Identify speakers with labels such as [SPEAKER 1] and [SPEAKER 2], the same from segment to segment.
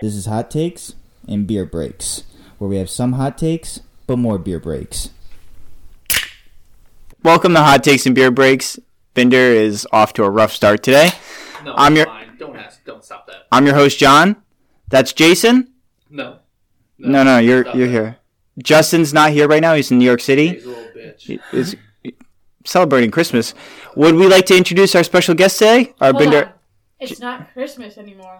[SPEAKER 1] This is hot takes and beer breaks, where we have some hot takes but more beer breaks.
[SPEAKER 2] Welcome to Hot Takes and Beer Breaks. Bender is off to a rough start today.
[SPEAKER 3] No,
[SPEAKER 2] I'm
[SPEAKER 3] I'm
[SPEAKER 2] your-
[SPEAKER 3] fine. Don't ask. Don't stop that.
[SPEAKER 2] I'm your host John. That's Jason.
[SPEAKER 3] No.
[SPEAKER 2] No, no, you're
[SPEAKER 3] stop
[SPEAKER 2] you're
[SPEAKER 3] that.
[SPEAKER 2] here. Justin's not here right now. He's in New York City.
[SPEAKER 3] He's a little bitch.
[SPEAKER 2] He Is celebrating Christmas. Would we like to introduce our special guest today? Our
[SPEAKER 4] Hold
[SPEAKER 2] Bender.
[SPEAKER 4] on. It's not Christmas anymore.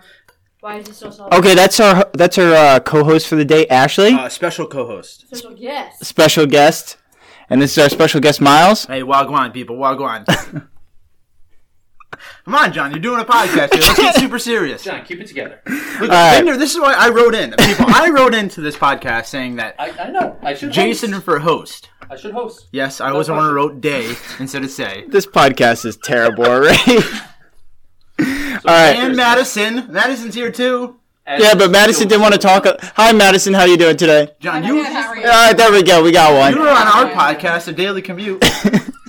[SPEAKER 4] Why is it still celebrated?
[SPEAKER 2] Okay, that's our that's our uh, co-host for the day, Ashley.
[SPEAKER 5] Uh, special co-host.
[SPEAKER 4] Special guest.
[SPEAKER 2] special guest, and this is our special guest, Miles.
[SPEAKER 5] Hey, Wagwan people, Wagwan. Come on, John, you're doing a podcast here. Let's get super serious.
[SPEAKER 3] John, keep it together.
[SPEAKER 5] Look,
[SPEAKER 2] right.
[SPEAKER 5] Bender, this is why I wrote in. People, I wrote into this podcast saying that
[SPEAKER 3] I, I know. I should
[SPEAKER 5] Jason
[SPEAKER 3] Host.
[SPEAKER 5] for host.
[SPEAKER 3] I should host.
[SPEAKER 5] Yes, I was the one who wrote day instead of say.
[SPEAKER 2] This podcast is terrible already. All right.
[SPEAKER 5] And Madison. Madison's here too.
[SPEAKER 3] As
[SPEAKER 2] Yeah, but Madison didn't want to talk. Hi, Madison. How you doing today?
[SPEAKER 5] John, you,
[SPEAKER 4] Yeah, how are
[SPEAKER 5] you
[SPEAKER 2] All
[SPEAKER 4] you?
[SPEAKER 2] right, there we go. We got one.
[SPEAKER 5] were on our podcast, The Daily Commute.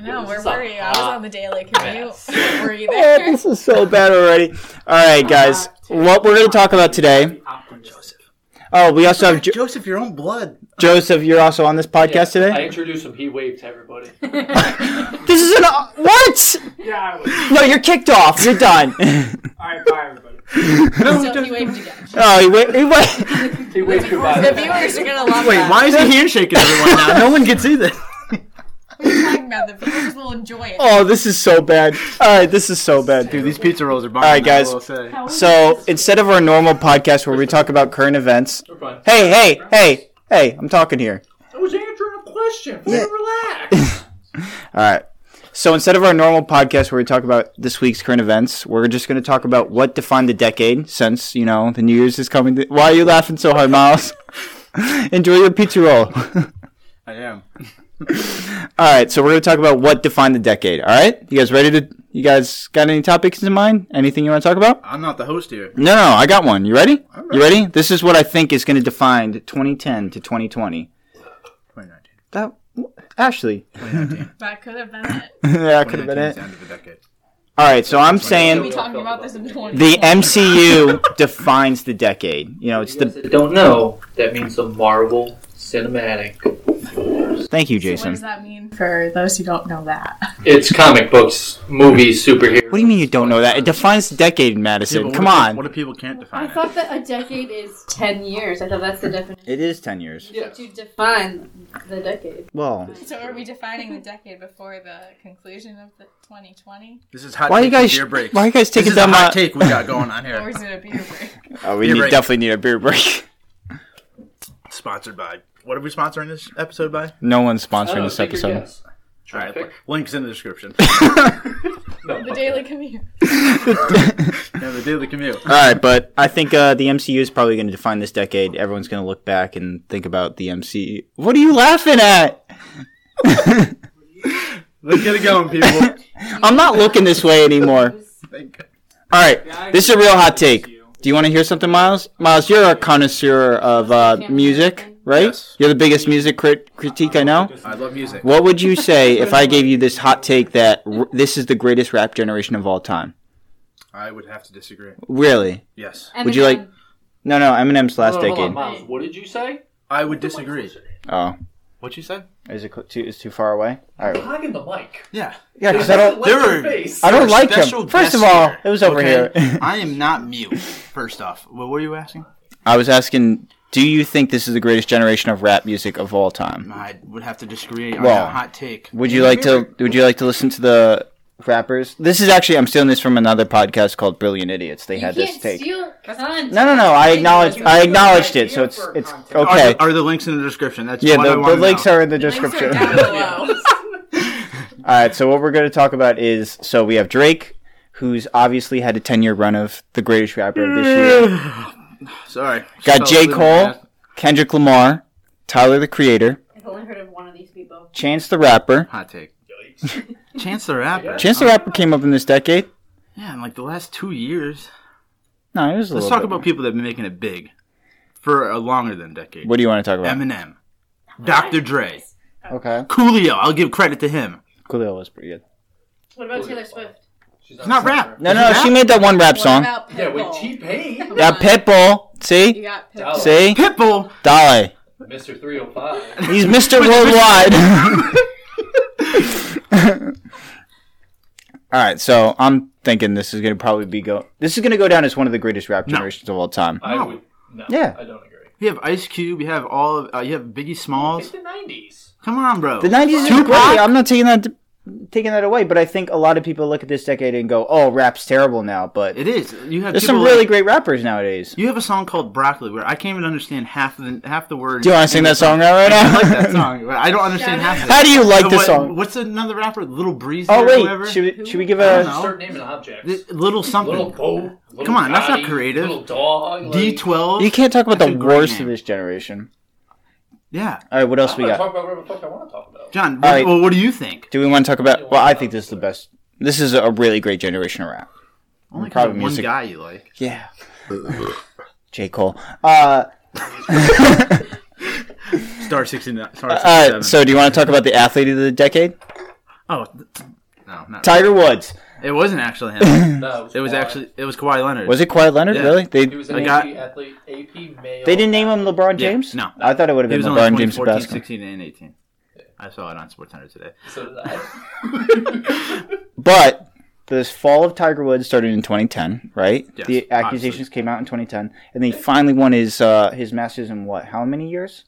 [SPEAKER 6] No, where
[SPEAKER 3] This is
[SPEAKER 6] were
[SPEAKER 3] a
[SPEAKER 6] you? I was
[SPEAKER 3] hot
[SPEAKER 6] on the daily commute.
[SPEAKER 3] mess.
[SPEAKER 6] Where were you
[SPEAKER 2] Oh,
[SPEAKER 6] there?
[SPEAKER 2] this is so bad already. All right, guys. What we're going to talk about today.
[SPEAKER 3] Ah. Joseph.
[SPEAKER 2] Oh, we also have jo-
[SPEAKER 5] Joseph, your own blood.
[SPEAKER 2] Joseph. You're also on this podcast
[SPEAKER 3] I
[SPEAKER 2] today.
[SPEAKER 3] introduced him. He waved to everybody.
[SPEAKER 2] This is an what?
[SPEAKER 3] yeah, I was.
[SPEAKER 2] No, you're kicked off. You're done.
[SPEAKER 3] All right, bye, everybody.
[SPEAKER 6] So he waved again.
[SPEAKER 2] oh, he wait, he wait.
[SPEAKER 3] He waved goodbye.
[SPEAKER 6] The viewers are gonna love
[SPEAKER 5] Wait,
[SPEAKER 6] that.
[SPEAKER 5] why is he handshaking everyone now? No one can see this.
[SPEAKER 6] We're talking about the viewers will enjoy it.
[SPEAKER 2] Oh, this is so bad. All right, this is so bad,
[SPEAKER 5] Dude, these pizza rolls are bomb.
[SPEAKER 2] All right, guys.
[SPEAKER 5] I will say.
[SPEAKER 2] So instead of our normal podcast where we talk about current events,
[SPEAKER 3] We're fine.
[SPEAKER 2] hey, hey, hey, hey, I'm talking here.
[SPEAKER 3] I was answering a question. Yeah. Relax.
[SPEAKER 2] All right. So instead of our normal podcast where we talk about this week's current events, we're just going to talk about what defined the decade since, you know, the New Year's is coming. To- Why are you laughing so hard, Miles? Enjoy your pizza roll.
[SPEAKER 5] I am.
[SPEAKER 2] all right. So we're going to talk about what defined the decade. All right. You guys ready to, you guys got any topics in mind? Anything you want to talk about?
[SPEAKER 5] I'm not the host here.
[SPEAKER 2] No, no, I got one. You ready? You ready? This is what I think is going to define 2010 to 2020.
[SPEAKER 5] 2019.
[SPEAKER 2] That Ashley.
[SPEAKER 6] That could have been it.
[SPEAKER 2] yeah, I could have been
[SPEAKER 5] 2019 is
[SPEAKER 2] it.
[SPEAKER 5] the end of the decade.
[SPEAKER 2] All right, so I'm
[SPEAKER 6] We'll be
[SPEAKER 2] saying
[SPEAKER 6] talking about this in 20.
[SPEAKER 2] the MCU defines the decade. You know, it's the
[SPEAKER 3] that don't know, that means the Marvel Cinematic.
[SPEAKER 2] thank you,
[SPEAKER 6] What does
[SPEAKER 2] Jason.
[SPEAKER 6] that mean for those who don't know that?
[SPEAKER 3] It's comic books, movies, superheroes.
[SPEAKER 2] What do you mean you don't know that? It defines the decade, Madison.
[SPEAKER 5] Yeah, but
[SPEAKER 2] Come
[SPEAKER 5] what if- What
[SPEAKER 2] on.
[SPEAKER 5] if people can't define
[SPEAKER 4] I
[SPEAKER 5] it?
[SPEAKER 4] thought that a decade is 10 years. I thought that's the definition.
[SPEAKER 2] It is ten years.
[SPEAKER 3] Yeah.
[SPEAKER 4] To define the decade.
[SPEAKER 2] Well,
[SPEAKER 6] So are we defining the decade before the conclusion of the 2020?
[SPEAKER 5] This is hot
[SPEAKER 2] why
[SPEAKER 5] take
[SPEAKER 2] you guys?
[SPEAKER 5] and beer breaks.
[SPEAKER 2] Why you guys
[SPEAKER 5] this
[SPEAKER 2] taking
[SPEAKER 5] is a
[SPEAKER 2] down
[SPEAKER 5] hot
[SPEAKER 2] my?
[SPEAKER 5] take we got going on
[SPEAKER 6] Or
[SPEAKER 5] here.
[SPEAKER 6] is it a beer break?
[SPEAKER 2] Oh, we
[SPEAKER 5] Beer
[SPEAKER 2] need,
[SPEAKER 5] break.
[SPEAKER 2] definitely need a beer break.
[SPEAKER 5] Sponsored by. What are we sponsoring this episode by?
[SPEAKER 2] No one's
[SPEAKER 3] I
[SPEAKER 2] sponsoring
[SPEAKER 5] Uh,
[SPEAKER 3] don't know,
[SPEAKER 2] this
[SPEAKER 3] take your
[SPEAKER 2] episode.
[SPEAKER 3] guess.
[SPEAKER 5] All right,
[SPEAKER 3] Traffic.
[SPEAKER 5] links in the description.
[SPEAKER 3] No,
[SPEAKER 6] The daily commute.
[SPEAKER 5] yeah, the daily commute.
[SPEAKER 2] All right, but I think uh, the MCU is probably going to define this decade. Everyone's going to look back and think about the MCU. What are you laughing at?
[SPEAKER 5] Let's get it going, people.
[SPEAKER 2] I'm not looking this way anymore.
[SPEAKER 5] Thank-
[SPEAKER 2] All right, this is a real hot take. Do you want to hear something, Miles? Miles, you're a connoisseur of uh, music, right?
[SPEAKER 5] Yes.
[SPEAKER 2] You're the biggest music crit- critique I know.
[SPEAKER 5] I love music.
[SPEAKER 2] What would you say if I gave you this hot take that r- this is the greatest rap generation of all time?
[SPEAKER 5] I would have to disagree.
[SPEAKER 2] Really?
[SPEAKER 5] Yes,
[SPEAKER 2] Would you like-
[SPEAKER 4] Eminem.
[SPEAKER 2] No, no, Eminem's last
[SPEAKER 3] Hold on, hold on,
[SPEAKER 2] decade.
[SPEAKER 3] Miles, what did you say?
[SPEAKER 5] I would disagree.
[SPEAKER 2] Oh,
[SPEAKER 5] What you said?
[SPEAKER 2] is it cl- too is too far away? All right.
[SPEAKER 3] Hogging the mic.
[SPEAKER 5] Yeah.
[SPEAKER 2] Yeah, because I don't.
[SPEAKER 5] There were-
[SPEAKER 2] I don't like him.
[SPEAKER 5] Special
[SPEAKER 2] First of
[SPEAKER 5] guest
[SPEAKER 2] all,
[SPEAKER 5] here,
[SPEAKER 2] it was over
[SPEAKER 5] okay?
[SPEAKER 2] here.
[SPEAKER 5] I am not mute. First off, what were you asking?
[SPEAKER 2] I was asking, do you think this is the greatest generation of rap music of all time?
[SPEAKER 5] I would have to disagree on
[SPEAKER 2] Well,
[SPEAKER 5] a hot take.
[SPEAKER 2] Would you like to? Would you like to listen to the rappers? This is actually I'm stealing this from another podcast called Brilliant Idiots. They
[SPEAKER 4] You
[SPEAKER 2] had
[SPEAKER 4] can't
[SPEAKER 2] this take.
[SPEAKER 4] steal content.
[SPEAKER 2] No, no, no. I acknowledge. I acknowledged it. So it's it's
[SPEAKER 5] Are,
[SPEAKER 2] okay.
[SPEAKER 5] the- are the links in the description? That's
[SPEAKER 2] Yeah,
[SPEAKER 5] what I
[SPEAKER 2] the, the
[SPEAKER 5] wanna
[SPEAKER 2] links
[SPEAKER 5] know.
[SPEAKER 2] are in the
[SPEAKER 6] Links are
[SPEAKER 2] description.
[SPEAKER 6] down below.
[SPEAKER 2] All right. So what we're going to talk about is so we have Drake, who's obviously had a 10 year run of the greatest rapper of this year.
[SPEAKER 5] Sorry.
[SPEAKER 2] Got J
[SPEAKER 5] Fell asleep,
[SPEAKER 2] Cole,
[SPEAKER 5] man.
[SPEAKER 2] Kendrick Lamar, Tyler the Creator,
[SPEAKER 4] I've only heard of one of these people.
[SPEAKER 2] Chance the Rapper.
[SPEAKER 5] Hot take. Chance the Rapper.
[SPEAKER 2] Chance the Rapper came up in this decade.
[SPEAKER 5] Yeah, in like the last two years.
[SPEAKER 2] No, it was a
[SPEAKER 5] Let's
[SPEAKER 2] little
[SPEAKER 5] talk
[SPEAKER 2] bit-
[SPEAKER 5] about people that have been making it big for a longer than decade.
[SPEAKER 2] What do you want to talk about?
[SPEAKER 5] Eminem, Dr. Dre,
[SPEAKER 2] Okay.
[SPEAKER 5] Coolio. I'll give credit to him.
[SPEAKER 2] Coolio was pretty good.
[SPEAKER 4] What about Taylor Swift?
[SPEAKER 7] She's
[SPEAKER 5] It's not rap.
[SPEAKER 2] No,
[SPEAKER 5] Is
[SPEAKER 2] no,
[SPEAKER 5] it rap?
[SPEAKER 2] she made that one rap
[SPEAKER 6] What
[SPEAKER 2] song.
[SPEAKER 6] about
[SPEAKER 7] Yeah, with
[SPEAKER 6] Pitbull?
[SPEAKER 7] T Pain.
[SPEAKER 6] Come
[SPEAKER 2] Yeah,
[SPEAKER 6] on.
[SPEAKER 2] Pitbull.
[SPEAKER 6] You
[SPEAKER 2] See,
[SPEAKER 6] got
[SPEAKER 7] Dollar.
[SPEAKER 6] Pitbull.
[SPEAKER 2] see,
[SPEAKER 5] Pitbull.
[SPEAKER 2] Dolly.
[SPEAKER 7] Mr. 305.
[SPEAKER 2] He's Mr. Worldwide. all right, so I'm thinking this is gonna probably be go. This is gonna go down as one of the greatest rap
[SPEAKER 5] No. Uh,
[SPEAKER 2] generations of all time.
[SPEAKER 7] I
[SPEAKER 5] No.
[SPEAKER 7] would. No.
[SPEAKER 2] Yeah.
[SPEAKER 7] I don't agree.
[SPEAKER 5] You have Ice Cube. You have all. Of, uh, you have Biggie
[SPEAKER 7] It's
[SPEAKER 5] Smalls.
[SPEAKER 7] the 90s.
[SPEAKER 5] Come on, bro.
[SPEAKER 2] The nineties is
[SPEAKER 5] Tupac?
[SPEAKER 2] great. I'm not taking that taking that away, but I think a lot of people look at this decade and go, "Oh, rap's terrible now." But
[SPEAKER 5] It is. You have
[SPEAKER 2] there's some
[SPEAKER 5] people like-
[SPEAKER 2] really great rappers nowadays.
[SPEAKER 5] You have a song called Broccoli where I can't even understand half of the half the words.
[SPEAKER 2] Do you want to sing that song out right now?
[SPEAKER 5] I like that song, but I don't understand
[SPEAKER 6] Shout
[SPEAKER 5] half of it.
[SPEAKER 2] How do you like
[SPEAKER 5] But
[SPEAKER 2] this
[SPEAKER 5] what-
[SPEAKER 2] song?
[SPEAKER 5] What's another rapper? Little Breezy
[SPEAKER 2] Oh
[SPEAKER 5] or
[SPEAKER 2] wait,
[SPEAKER 5] whatever?
[SPEAKER 2] should we, should we give
[SPEAKER 5] I
[SPEAKER 2] a?
[SPEAKER 5] don't know.
[SPEAKER 7] Start naming objects.
[SPEAKER 5] Th- Little something.
[SPEAKER 7] little boat. Little
[SPEAKER 5] Come on, that's not
[SPEAKER 7] Gotti,
[SPEAKER 5] creative.
[SPEAKER 7] Little dog. Like,
[SPEAKER 5] D12.
[SPEAKER 2] You can't talk about
[SPEAKER 5] That's
[SPEAKER 2] the
[SPEAKER 5] a great
[SPEAKER 2] worst
[SPEAKER 5] name.
[SPEAKER 2] of this generation.
[SPEAKER 5] Yeah.
[SPEAKER 2] All right, what else
[SPEAKER 7] I'm
[SPEAKER 2] we
[SPEAKER 7] gonna
[SPEAKER 2] got?
[SPEAKER 7] talk about whatever the fuck I want to talk about.
[SPEAKER 5] John, what,
[SPEAKER 2] All right.
[SPEAKER 5] well, what do you think?
[SPEAKER 2] Do we want to talk about? Well, I think this is the best. This is a really great generation of rap.
[SPEAKER 5] Only 'cause
[SPEAKER 2] Probably
[SPEAKER 5] of
[SPEAKER 2] music.
[SPEAKER 5] one guy you like.
[SPEAKER 2] Yeah. J Cole. Uh,
[SPEAKER 5] Star 69. Star 67.
[SPEAKER 2] uh, so do you want to talk about the athlete of the decade?
[SPEAKER 5] oh, th- no, not
[SPEAKER 2] Tiger Woods.
[SPEAKER 5] It wasn't actually him.
[SPEAKER 7] No,
[SPEAKER 5] it was
[SPEAKER 7] Kawhi.
[SPEAKER 5] actually it was Kawhi Leonard.
[SPEAKER 2] Was it Kawhi Leonard?
[SPEAKER 5] Yeah.
[SPEAKER 2] Really? They
[SPEAKER 7] He was
[SPEAKER 5] I
[SPEAKER 7] an AP
[SPEAKER 5] got-
[SPEAKER 7] athlete, AP male.
[SPEAKER 2] they didn't name him LeBron
[SPEAKER 5] Yeah,
[SPEAKER 2] James.
[SPEAKER 5] no.
[SPEAKER 2] I thought it would have
[SPEAKER 5] It
[SPEAKER 2] been
[SPEAKER 5] was only
[SPEAKER 2] LeBron James
[SPEAKER 5] 2014,
[SPEAKER 2] basketball.
[SPEAKER 5] 16, and 18. I saw it on SportsCenter today.
[SPEAKER 7] So did I.
[SPEAKER 2] But this fall of Tiger Woods started in 2010, right?
[SPEAKER 5] Yes,
[SPEAKER 2] the accusations came out in 2010, and they finally won his uh, his Masters in what? How many years?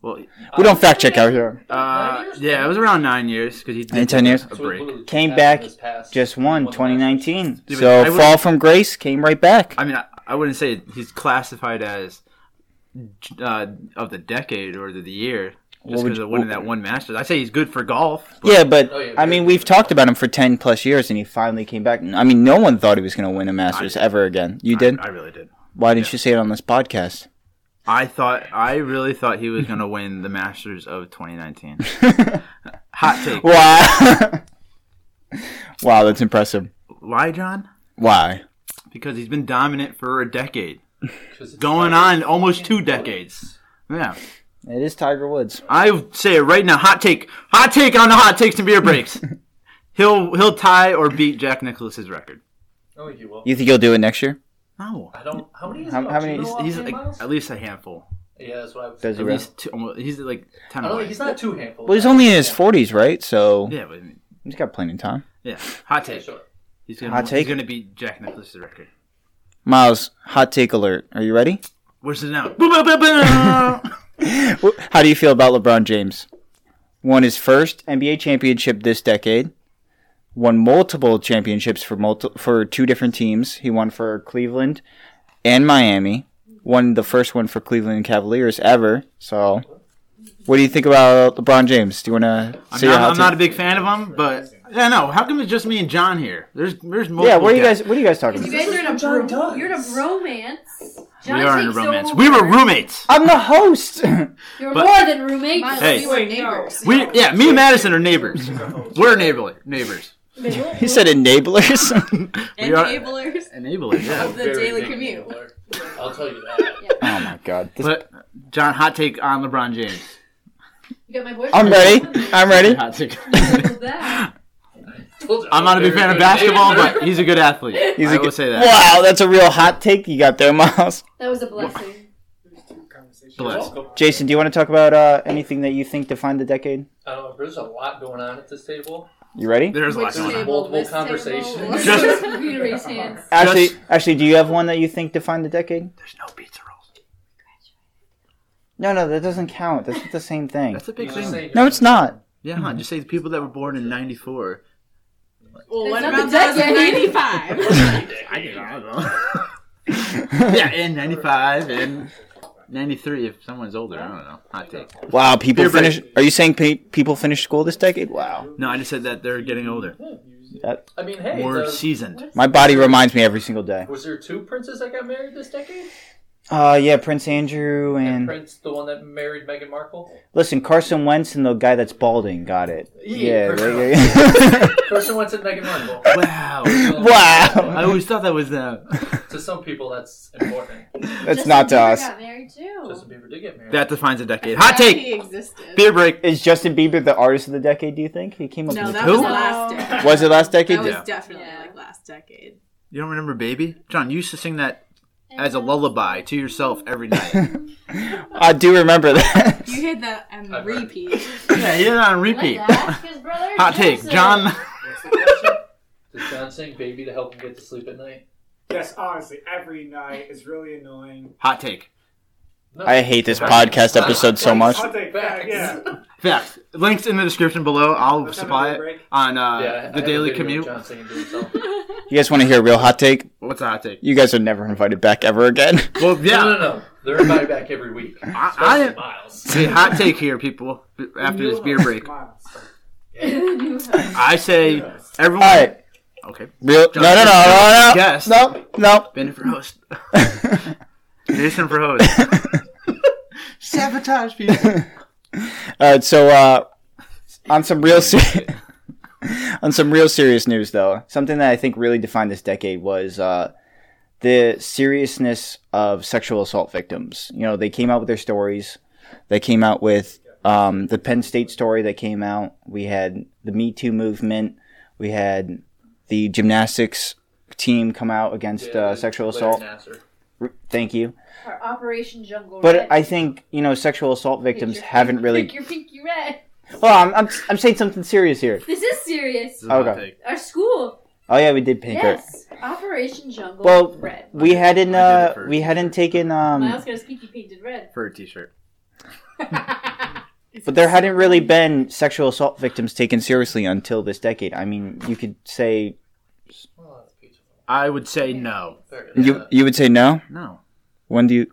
[SPEAKER 5] Well,
[SPEAKER 2] We don't fact check out here.
[SPEAKER 5] uh,
[SPEAKER 7] Nine years?
[SPEAKER 5] yeah, it was around nine years because he did
[SPEAKER 2] Nine, 10 years?
[SPEAKER 5] a
[SPEAKER 7] So we
[SPEAKER 5] break.
[SPEAKER 7] literally just
[SPEAKER 2] Came
[SPEAKER 7] passed
[SPEAKER 2] back,
[SPEAKER 7] this past-
[SPEAKER 2] Just won
[SPEAKER 7] won the
[SPEAKER 2] 2019.
[SPEAKER 5] Yeah, but I
[SPEAKER 2] So
[SPEAKER 5] would've-
[SPEAKER 2] fall from grace came right back.
[SPEAKER 5] I mean, I, I wouldn't say he's classified as uh, of the decade or the year
[SPEAKER 2] What
[SPEAKER 5] just
[SPEAKER 2] would
[SPEAKER 5] because
[SPEAKER 2] you-
[SPEAKER 5] of winning that one Masters. I say he's good for golf. But
[SPEAKER 2] Yeah, but
[SPEAKER 7] Oh, yeah,
[SPEAKER 2] I
[SPEAKER 7] very
[SPEAKER 2] mean,
[SPEAKER 7] good.
[SPEAKER 2] we've talked about him for 10 plus years, and he finally came back. I mean, no one thought he was going to win a Masters
[SPEAKER 5] did.
[SPEAKER 2] ever again. You
[SPEAKER 5] I-
[SPEAKER 2] did?
[SPEAKER 5] I, really did.
[SPEAKER 2] Why didn't
[SPEAKER 5] yeah.
[SPEAKER 2] you say it on this podcast?
[SPEAKER 5] I thought I really thought he was going to win the Masters of 2019. Hot take.
[SPEAKER 2] Why? wow, that's impressive.
[SPEAKER 5] Why, John?
[SPEAKER 2] Why?
[SPEAKER 5] Because he's been dominant for a decade,
[SPEAKER 7] 'Cause it's
[SPEAKER 5] going
[SPEAKER 7] like-
[SPEAKER 5] on almost two decades. Yeah,
[SPEAKER 2] It is Tiger Woods.
[SPEAKER 5] I say it right now. Hot take. Hot take on the hot takes and beer breaks. he'll he'll tie or beat Jack Nicklaus's record.
[SPEAKER 7] No, oh, you will.
[SPEAKER 2] You think he'll do it next year?
[SPEAKER 5] No.
[SPEAKER 7] I don't. How many? Is
[SPEAKER 2] How-
[SPEAKER 7] it?
[SPEAKER 2] how
[SPEAKER 7] Do you
[SPEAKER 2] many-
[SPEAKER 7] know
[SPEAKER 5] He's
[SPEAKER 7] offhand,
[SPEAKER 5] like,
[SPEAKER 7] Miles?
[SPEAKER 5] at least a handful.
[SPEAKER 7] Yeah, that's what I was.
[SPEAKER 2] Does he
[SPEAKER 5] At
[SPEAKER 2] really?
[SPEAKER 5] least two, almost, he's like
[SPEAKER 7] I
[SPEAKER 5] ten.
[SPEAKER 7] don't
[SPEAKER 5] away.
[SPEAKER 7] think he's not too handful.
[SPEAKER 2] Well, he's only in his 40s, right? So
[SPEAKER 5] Yeah, but I mean,
[SPEAKER 2] he's got plenty of time.
[SPEAKER 5] yeah. Hot
[SPEAKER 7] Okay,
[SPEAKER 5] take.
[SPEAKER 7] sure.
[SPEAKER 5] He's gonna,
[SPEAKER 2] Hot take?
[SPEAKER 5] He's gonna beat Jack Nicklaus's record.
[SPEAKER 2] Miles, hot take alert. Are you ready?
[SPEAKER 5] Where's it now? Boom, boom, boom, boom.
[SPEAKER 2] Wh- How do you feel about LeBron James? Won his first NBA championship this decade. Won multiple championships for multi- for two different teams. He won for Cleveland and Miami. Won the first one for Cleveland Cavaliers ever. So, what do you think about LeBron James? Do you want to
[SPEAKER 5] I'm,
[SPEAKER 2] say your
[SPEAKER 5] not,
[SPEAKER 2] hot
[SPEAKER 5] I'm not a
[SPEAKER 2] take?
[SPEAKER 5] big fan of him, but yeah, no. How come it's just me and John here? There's there's multiple.
[SPEAKER 2] Yeah, what are you
[SPEAKER 5] guys-
[SPEAKER 2] guys? What are you guys talking
[SPEAKER 4] You
[SPEAKER 2] about?
[SPEAKER 4] guys are in a
[SPEAKER 7] John
[SPEAKER 4] bro-
[SPEAKER 7] does.
[SPEAKER 4] you're in a romance. John
[SPEAKER 5] We are in a
[SPEAKER 4] takes
[SPEAKER 5] romance.
[SPEAKER 4] over.
[SPEAKER 5] We were roommates.
[SPEAKER 2] I'm the host.
[SPEAKER 4] You're
[SPEAKER 5] But-
[SPEAKER 4] more than roommates.
[SPEAKER 5] Hey.
[SPEAKER 6] Hey, we were neighbors.
[SPEAKER 5] We yeah, me and Madison are neighbors. We're neighborly neighbors.
[SPEAKER 2] he said enablers.
[SPEAKER 5] We are-
[SPEAKER 6] Enablers
[SPEAKER 5] Enablers, yeah.
[SPEAKER 6] of the
[SPEAKER 7] Very
[SPEAKER 6] daily
[SPEAKER 7] big
[SPEAKER 6] commute.
[SPEAKER 7] enabler. I'll tell you that.
[SPEAKER 2] oh my god! This-
[SPEAKER 5] But John, hot take on LeBron James.
[SPEAKER 4] You got my voice.
[SPEAKER 2] I'm ready. I'm ready.
[SPEAKER 5] Hot take.
[SPEAKER 4] Hold that.
[SPEAKER 5] I'm not a big fan of basketball, but he's a good athlete.
[SPEAKER 2] He's
[SPEAKER 5] He's
[SPEAKER 2] a
[SPEAKER 5] I will
[SPEAKER 2] good-
[SPEAKER 5] say that.
[SPEAKER 2] Wow, that's a real hot take you got there, Miles.
[SPEAKER 4] That was a blessing.
[SPEAKER 5] Bless.
[SPEAKER 2] Jason, do you want to talk about uh, anything that you think defined the decade?
[SPEAKER 7] Uh, there's a lot going on at this table.
[SPEAKER 2] You ready?
[SPEAKER 5] There's a lot
[SPEAKER 4] Which
[SPEAKER 5] going on.
[SPEAKER 4] table?
[SPEAKER 7] Multiple
[SPEAKER 4] This table,
[SPEAKER 7] conversations.
[SPEAKER 5] Just-
[SPEAKER 4] this table, you raise hands.
[SPEAKER 2] Ashley,
[SPEAKER 5] Yes.
[SPEAKER 2] Ashley, do you have one that you think defined the decade?
[SPEAKER 5] There's no pizza rolls.
[SPEAKER 2] No, no, that doesn't count. That's not the same thing.
[SPEAKER 5] That's a big
[SPEAKER 7] He's just
[SPEAKER 5] thing.
[SPEAKER 7] saying-
[SPEAKER 2] No, it's not.
[SPEAKER 5] Yeah, huh, just say the people that were born in '94.
[SPEAKER 6] Well,
[SPEAKER 4] It's
[SPEAKER 6] what
[SPEAKER 4] not
[SPEAKER 6] about
[SPEAKER 4] the
[SPEAKER 6] those in
[SPEAKER 4] decade.
[SPEAKER 6] 95?
[SPEAKER 5] I don't know. yeah, in '95 and '93. If someone's older, I don't know. Hot take.
[SPEAKER 2] Wow, people
[SPEAKER 5] Beer break.
[SPEAKER 2] finish. Are you saying pe- people finish school this decade? Wow,
[SPEAKER 5] No, I just said that they're getting older,
[SPEAKER 2] that,
[SPEAKER 7] I mean, hey,
[SPEAKER 5] more
[SPEAKER 7] the-
[SPEAKER 5] seasoned.
[SPEAKER 2] my body reminds me every single day.
[SPEAKER 7] was there two princes that got married this decade?
[SPEAKER 2] Uh, yeah, Prince Andrew
[SPEAKER 7] And
[SPEAKER 2] and
[SPEAKER 7] Prince, the one that married Meghan Markle.
[SPEAKER 2] listen, Carson Wentz and the guy that's balding got it. Yeah.
[SPEAKER 7] Yeah,
[SPEAKER 2] they- they-
[SPEAKER 7] Carson Wentz and Meghan Markle.
[SPEAKER 5] Wow. I
[SPEAKER 2] wow,
[SPEAKER 5] always thought that was them.
[SPEAKER 7] To some people, that's important.
[SPEAKER 2] that's
[SPEAKER 4] Justin
[SPEAKER 2] not to
[SPEAKER 4] Bieber
[SPEAKER 2] us.
[SPEAKER 4] Got married too.
[SPEAKER 7] Justin Bieber did get married.
[SPEAKER 5] That defines a decade. Hot take.
[SPEAKER 6] He existed.
[SPEAKER 5] Beer break.
[SPEAKER 2] Is Justin Bieber the artist of the decade? Do you think he came up?
[SPEAKER 6] No,
[SPEAKER 2] with
[SPEAKER 6] that
[SPEAKER 5] Who?
[SPEAKER 6] was last decade.
[SPEAKER 2] Was it last
[SPEAKER 6] That
[SPEAKER 2] decade?
[SPEAKER 6] was
[SPEAKER 5] Yeah.
[SPEAKER 6] definitely
[SPEAKER 4] Yeah.
[SPEAKER 6] like last
[SPEAKER 4] decade.
[SPEAKER 5] You don't remember Baby? John, you used to sing that as a lullaby to yourself every night.
[SPEAKER 2] I do remember that.
[SPEAKER 4] You hit that
[SPEAKER 6] um,
[SPEAKER 4] on
[SPEAKER 7] I've heard.
[SPEAKER 4] repeat.
[SPEAKER 5] yeah, you did it on repeat. Hot take. John.
[SPEAKER 7] What's the question? Does John sing baby to help him get to sleep at night?
[SPEAKER 8] Yes, honestly, every night is really annoying.
[SPEAKER 5] Hot take.
[SPEAKER 7] No.
[SPEAKER 2] I hate this podcast episode so much.
[SPEAKER 8] I'll take that. Yeah.
[SPEAKER 5] Facts. Links in the description below. I'll
[SPEAKER 8] Let's have a
[SPEAKER 5] supply it
[SPEAKER 8] break.
[SPEAKER 5] on uh,
[SPEAKER 7] Yeah, I- I have
[SPEAKER 5] the
[SPEAKER 7] a video
[SPEAKER 5] Daily
[SPEAKER 7] of
[SPEAKER 5] Commute.
[SPEAKER 7] John singing to himself.
[SPEAKER 2] You guys want to hear a real hot take?
[SPEAKER 5] What's a hot take?
[SPEAKER 2] You guys are never invited back ever again.
[SPEAKER 5] Well, yeah.
[SPEAKER 7] No, no, no. They're invited back every week.
[SPEAKER 5] I-
[SPEAKER 7] Especially
[SPEAKER 5] I-
[SPEAKER 7] Miles.
[SPEAKER 5] Hey, hot take here, people. After this beer break,
[SPEAKER 8] Miles.
[SPEAKER 5] I say everyone.
[SPEAKER 2] All right.
[SPEAKER 5] Okay.
[SPEAKER 2] Real? No, no, no, no, no.
[SPEAKER 5] Yes.
[SPEAKER 2] No, no.
[SPEAKER 5] Ben for host. Jason for host. Sabotage people.
[SPEAKER 2] All right. So, uh, on some real se- on some real serious news, though, something that I think really defined this decade was uh, the seriousness of sexual assault victims. You know, they came out with their stories. They came out with um, the Penn State story that came out. We had the Me Too movement. We had the gymnastics team come out against uh, sexual
[SPEAKER 7] Larry
[SPEAKER 2] assault.
[SPEAKER 7] Nassar.
[SPEAKER 2] Thank you.
[SPEAKER 4] Our Operation Jungle
[SPEAKER 2] But
[SPEAKER 4] Red.
[SPEAKER 2] I think you know sexual assault victims haven't really.
[SPEAKER 4] Pick your pinky red.
[SPEAKER 2] Well, I'm, I'm I'm saying something serious here.
[SPEAKER 4] This is serious.
[SPEAKER 2] Okay.
[SPEAKER 4] Our school.
[SPEAKER 2] Oh yeah, we did pink her.
[SPEAKER 4] Yes. Operation Jungle
[SPEAKER 2] Well,
[SPEAKER 4] Red.
[SPEAKER 2] We hadn't
[SPEAKER 5] I did it
[SPEAKER 2] uh
[SPEAKER 5] first.
[SPEAKER 2] we hadn't taken um
[SPEAKER 4] Miles got his pinky painted red.
[SPEAKER 5] For a t-shirt.
[SPEAKER 2] but there hadn't really been sexual assault victims taken seriously until this decade. I mean, you could say
[SPEAKER 7] Oh, that's beautiful.
[SPEAKER 5] I would say no.
[SPEAKER 7] Very good.
[SPEAKER 2] you you would say no.
[SPEAKER 5] No.
[SPEAKER 2] When do you?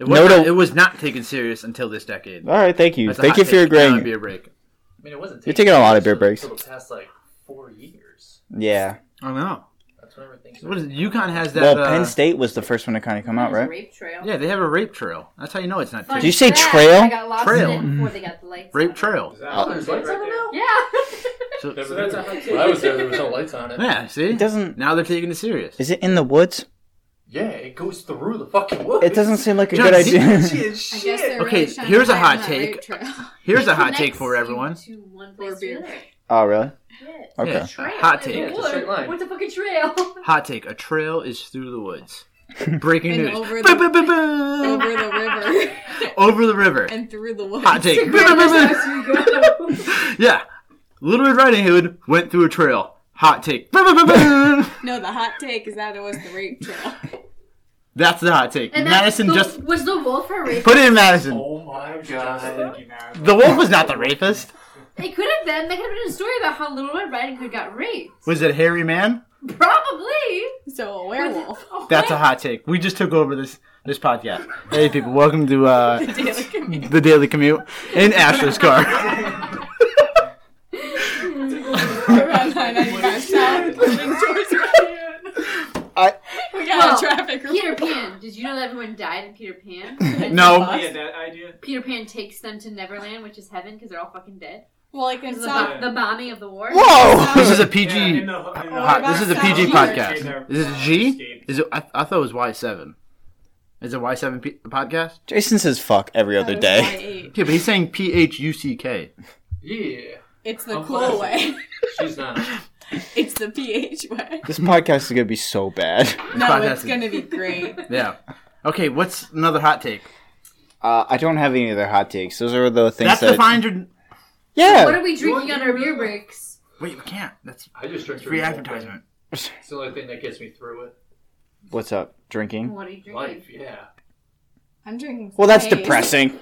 [SPEAKER 5] It was,
[SPEAKER 2] No,
[SPEAKER 5] not,
[SPEAKER 2] no.
[SPEAKER 5] it was not taken serious until this decade.
[SPEAKER 2] All right, thank you,
[SPEAKER 5] That's a
[SPEAKER 2] thank
[SPEAKER 5] hot
[SPEAKER 2] you for
[SPEAKER 5] take. Now
[SPEAKER 2] agreeing.
[SPEAKER 5] Beer break.
[SPEAKER 7] I mean, it wasn't.
[SPEAKER 2] You're taking a lot of beer
[SPEAKER 7] seriously
[SPEAKER 2] breaks.
[SPEAKER 7] For the past like four years.
[SPEAKER 2] Yeah.
[SPEAKER 5] I don't know.
[SPEAKER 7] That's when everything's.
[SPEAKER 5] What is it? UConn has that.
[SPEAKER 2] Well,
[SPEAKER 5] uh,
[SPEAKER 2] Penn State was the first one to kind of come out,
[SPEAKER 4] There's a
[SPEAKER 2] right?
[SPEAKER 4] Rape trail.
[SPEAKER 5] Yeah, they have a rape trail. That's how you know it's not.
[SPEAKER 4] Fun
[SPEAKER 2] Did you
[SPEAKER 5] taken.
[SPEAKER 2] say
[SPEAKER 4] fact,
[SPEAKER 2] trail? Mm-hmm.
[SPEAKER 4] I got lost
[SPEAKER 5] Trail.
[SPEAKER 4] in it before they got the lights.
[SPEAKER 5] Rape
[SPEAKER 4] on.
[SPEAKER 5] trail.
[SPEAKER 8] Is that
[SPEAKER 2] Oh.
[SPEAKER 8] what
[SPEAKER 7] There's
[SPEAKER 8] it is
[SPEAKER 7] lights
[SPEAKER 8] right
[SPEAKER 7] on
[SPEAKER 8] there?
[SPEAKER 7] it
[SPEAKER 4] Yeah.
[SPEAKER 5] So,
[SPEAKER 7] When I was there, there was no lights on it.
[SPEAKER 5] yeah. See.
[SPEAKER 2] It doesn't.
[SPEAKER 5] Now they're taking it serious.
[SPEAKER 2] Is it in the woods?
[SPEAKER 7] Yeah, it goes through the fucking woods.
[SPEAKER 2] It doesn't seem like a
[SPEAKER 5] John,
[SPEAKER 2] good
[SPEAKER 5] see-
[SPEAKER 2] idea.
[SPEAKER 5] see-
[SPEAKER 6] I guess they're
[SPEAKER 5] Okay,
[SPEAKER 6] really shining
[SPEAKER 5] here's a
[SPEAKER 6] light
[SPEAKER 5] hot
[SPEAKER 6] on that
[SPEAKER 5] take.
[SPEAKER 6] rape trail.
[SPEAKER 5] Here's a hot
[SPEAKER 4] Connects
[SPEAKER 5] take for
[SPEAKER 4] you
[SPEAKER 5] everyone.
[SPEAKER 4] To one
[SPEAKER 6] Or
[SPEAKER 4] place
[SPEAKER 6] beer.
[SPEAKER 4] to another.
[SPEAKER 2] oh really?
[SPEAKER 4] Yes.
[SPEAKER 2] Okay.
[SPEAKER 5] Yeah.
[SPEAKER 4] Trail.
[SPEAKER 5] Hot
[SPEAKER 4] It
[SPEAKER 5] take.
[SPEAKER 7] It's a straight
[SPEAKER 4] would.
[SPEAKER 7] line.
[SPEAKER 4] What's a fucking trail?
[SPEAKER 5] Hot take. A trail is through the woods. Breaking
[SPEAKER 6] And
[SPEAKER 5] news.
[SPEAKER 6] over the-
[SPEAKER 5] Boom, boom, boom, boom.
[SPEAKER 6] Over the river
[SPEAKER 5] Over the river.
[SPEAKER 6] and through the woods.
[SPEAKER 5] Hot take. Boom, boom, boom, boom. yeah. Little Red Riding Hood went through a trail. Hot take. Boom, boom, boom, boom.
[SPEAKER 6] No, the hot take is that it was the rape trail.
[SPEAKER 5] That's the hot take.
[SPEAKER 4] And
[SPEAKER 5] Madison
[SPEAKER 4] that's the,
[SPEAKER 5] just
[SPEAKER 4] was the wolf a rapist?
[SPEAKER 5] put it in Madison.
[SPEAKER 7] Oh my
[SPEAKER 8] God.
[SPEAKER 7] god.
[SPEAKER 8] You know,
[SPEAKER 5] The wolf was not the rapist.
[SPEAKER 4] It could have been. They could have done a story about how Little Red Riding Hood got raped.
[SPEAKER 5] Was it Hairy Man?
[SPEAKER 4] Probably. Oh.
[SPEAKER 6] So a werewolf.
[SPEAKER 5] That's a hot take. We just took over this this podcast. Hey people, welcome to uh,
[SPEAKER 6] Daily commute.
[SPEAKER 5] the Daily Commute in Ashley's car.
[SPEAKER 6] Around 995 South, moving towards Ryan.
[SPEAKER 2] I-
[SPEAKER 6] We got
[SPEAKER 4] Well,
[SPEAKER 6] a traffic report.
[SPEAKER 4] Peter Pan. Did you know that everyone died in Peter Pan? And
[SPEAKER 5] No.
[SPEAKER 8] yeah, that idea.
[SPEAKER 4] Peter Pan takes them to Neverland, which is heaven, because they're all fucking dead.
[SPEAKER 6] Well, like in
[SPEAKER 4] Because of the,
[SPEAKER 6] South.
[SPEAKER 4] bo- the bombing of the war.
[SPEAKER 2] Whoa!
[SPEAKER 5] This is a
[SPEAKER 8] Yeah, in
[SPEAKER 5] PG.
[SPEAKER 8] the, in the,
[SPEAKER 5] Hot. This is a PG podcast.
[SPEAKER 8] They're-
[SPEAKER 5] Is it G? Is it? I, I thought it was Y seven. Is it Y seven P- podcast?
[SPEAKER 2] Jason says fuck every other day.
[SPEAKER 6] Y8.
[SPEAKER 5] Yeah, but he's saying P H U C K.
[SPEAKER 7] Yeah.
[SPEAKER 6] It's the
[SPEAKER 7] I'm
[SPEAKER 6] cool way.
[SPEAKER 7] She's not.
[SPEAKER 6] It's the PH way.
[SPEAKER 2] This podcast is gonna be so bad.
[SPEAKER 6] No,
[SPEAKER 5] podcast
[SPEAKER 6] it's
[SPEAKER 5] is-
[SPEAKER 6] gonna be great.
[SPEAKER 5] Yeah. Okay, what's another hot take?
[SPEAKER 2] Uh, I don't have any other hot takes. Those are the things
[SPEAKER 5] That's
[SPEAKER 2] that.
[SPEAKER 5] defined. Your...
[SPEAKER 4] What
[SPEAKER 2] yeah.
[SPEAKER 4] are we drinking on our beer breaks?
[SPEAKER 5] Wait, we can't. That's
[SPEAKER 7] I just drink
[SPEAKER 5] free advertisement.
[SPEAKER 7] It's the only thing that gets me through it.
[SPEAKER 2] What's up? Drinking.
[SPEAKER 4] What are you drinking?
[SPEAKER 7] Life, yeah.
[SPEAKER 6] I'm drinking.
[SPEAKER 2] Well, that's
[SPEAKER 6] Haze.
[SPEAKER 2] depressing.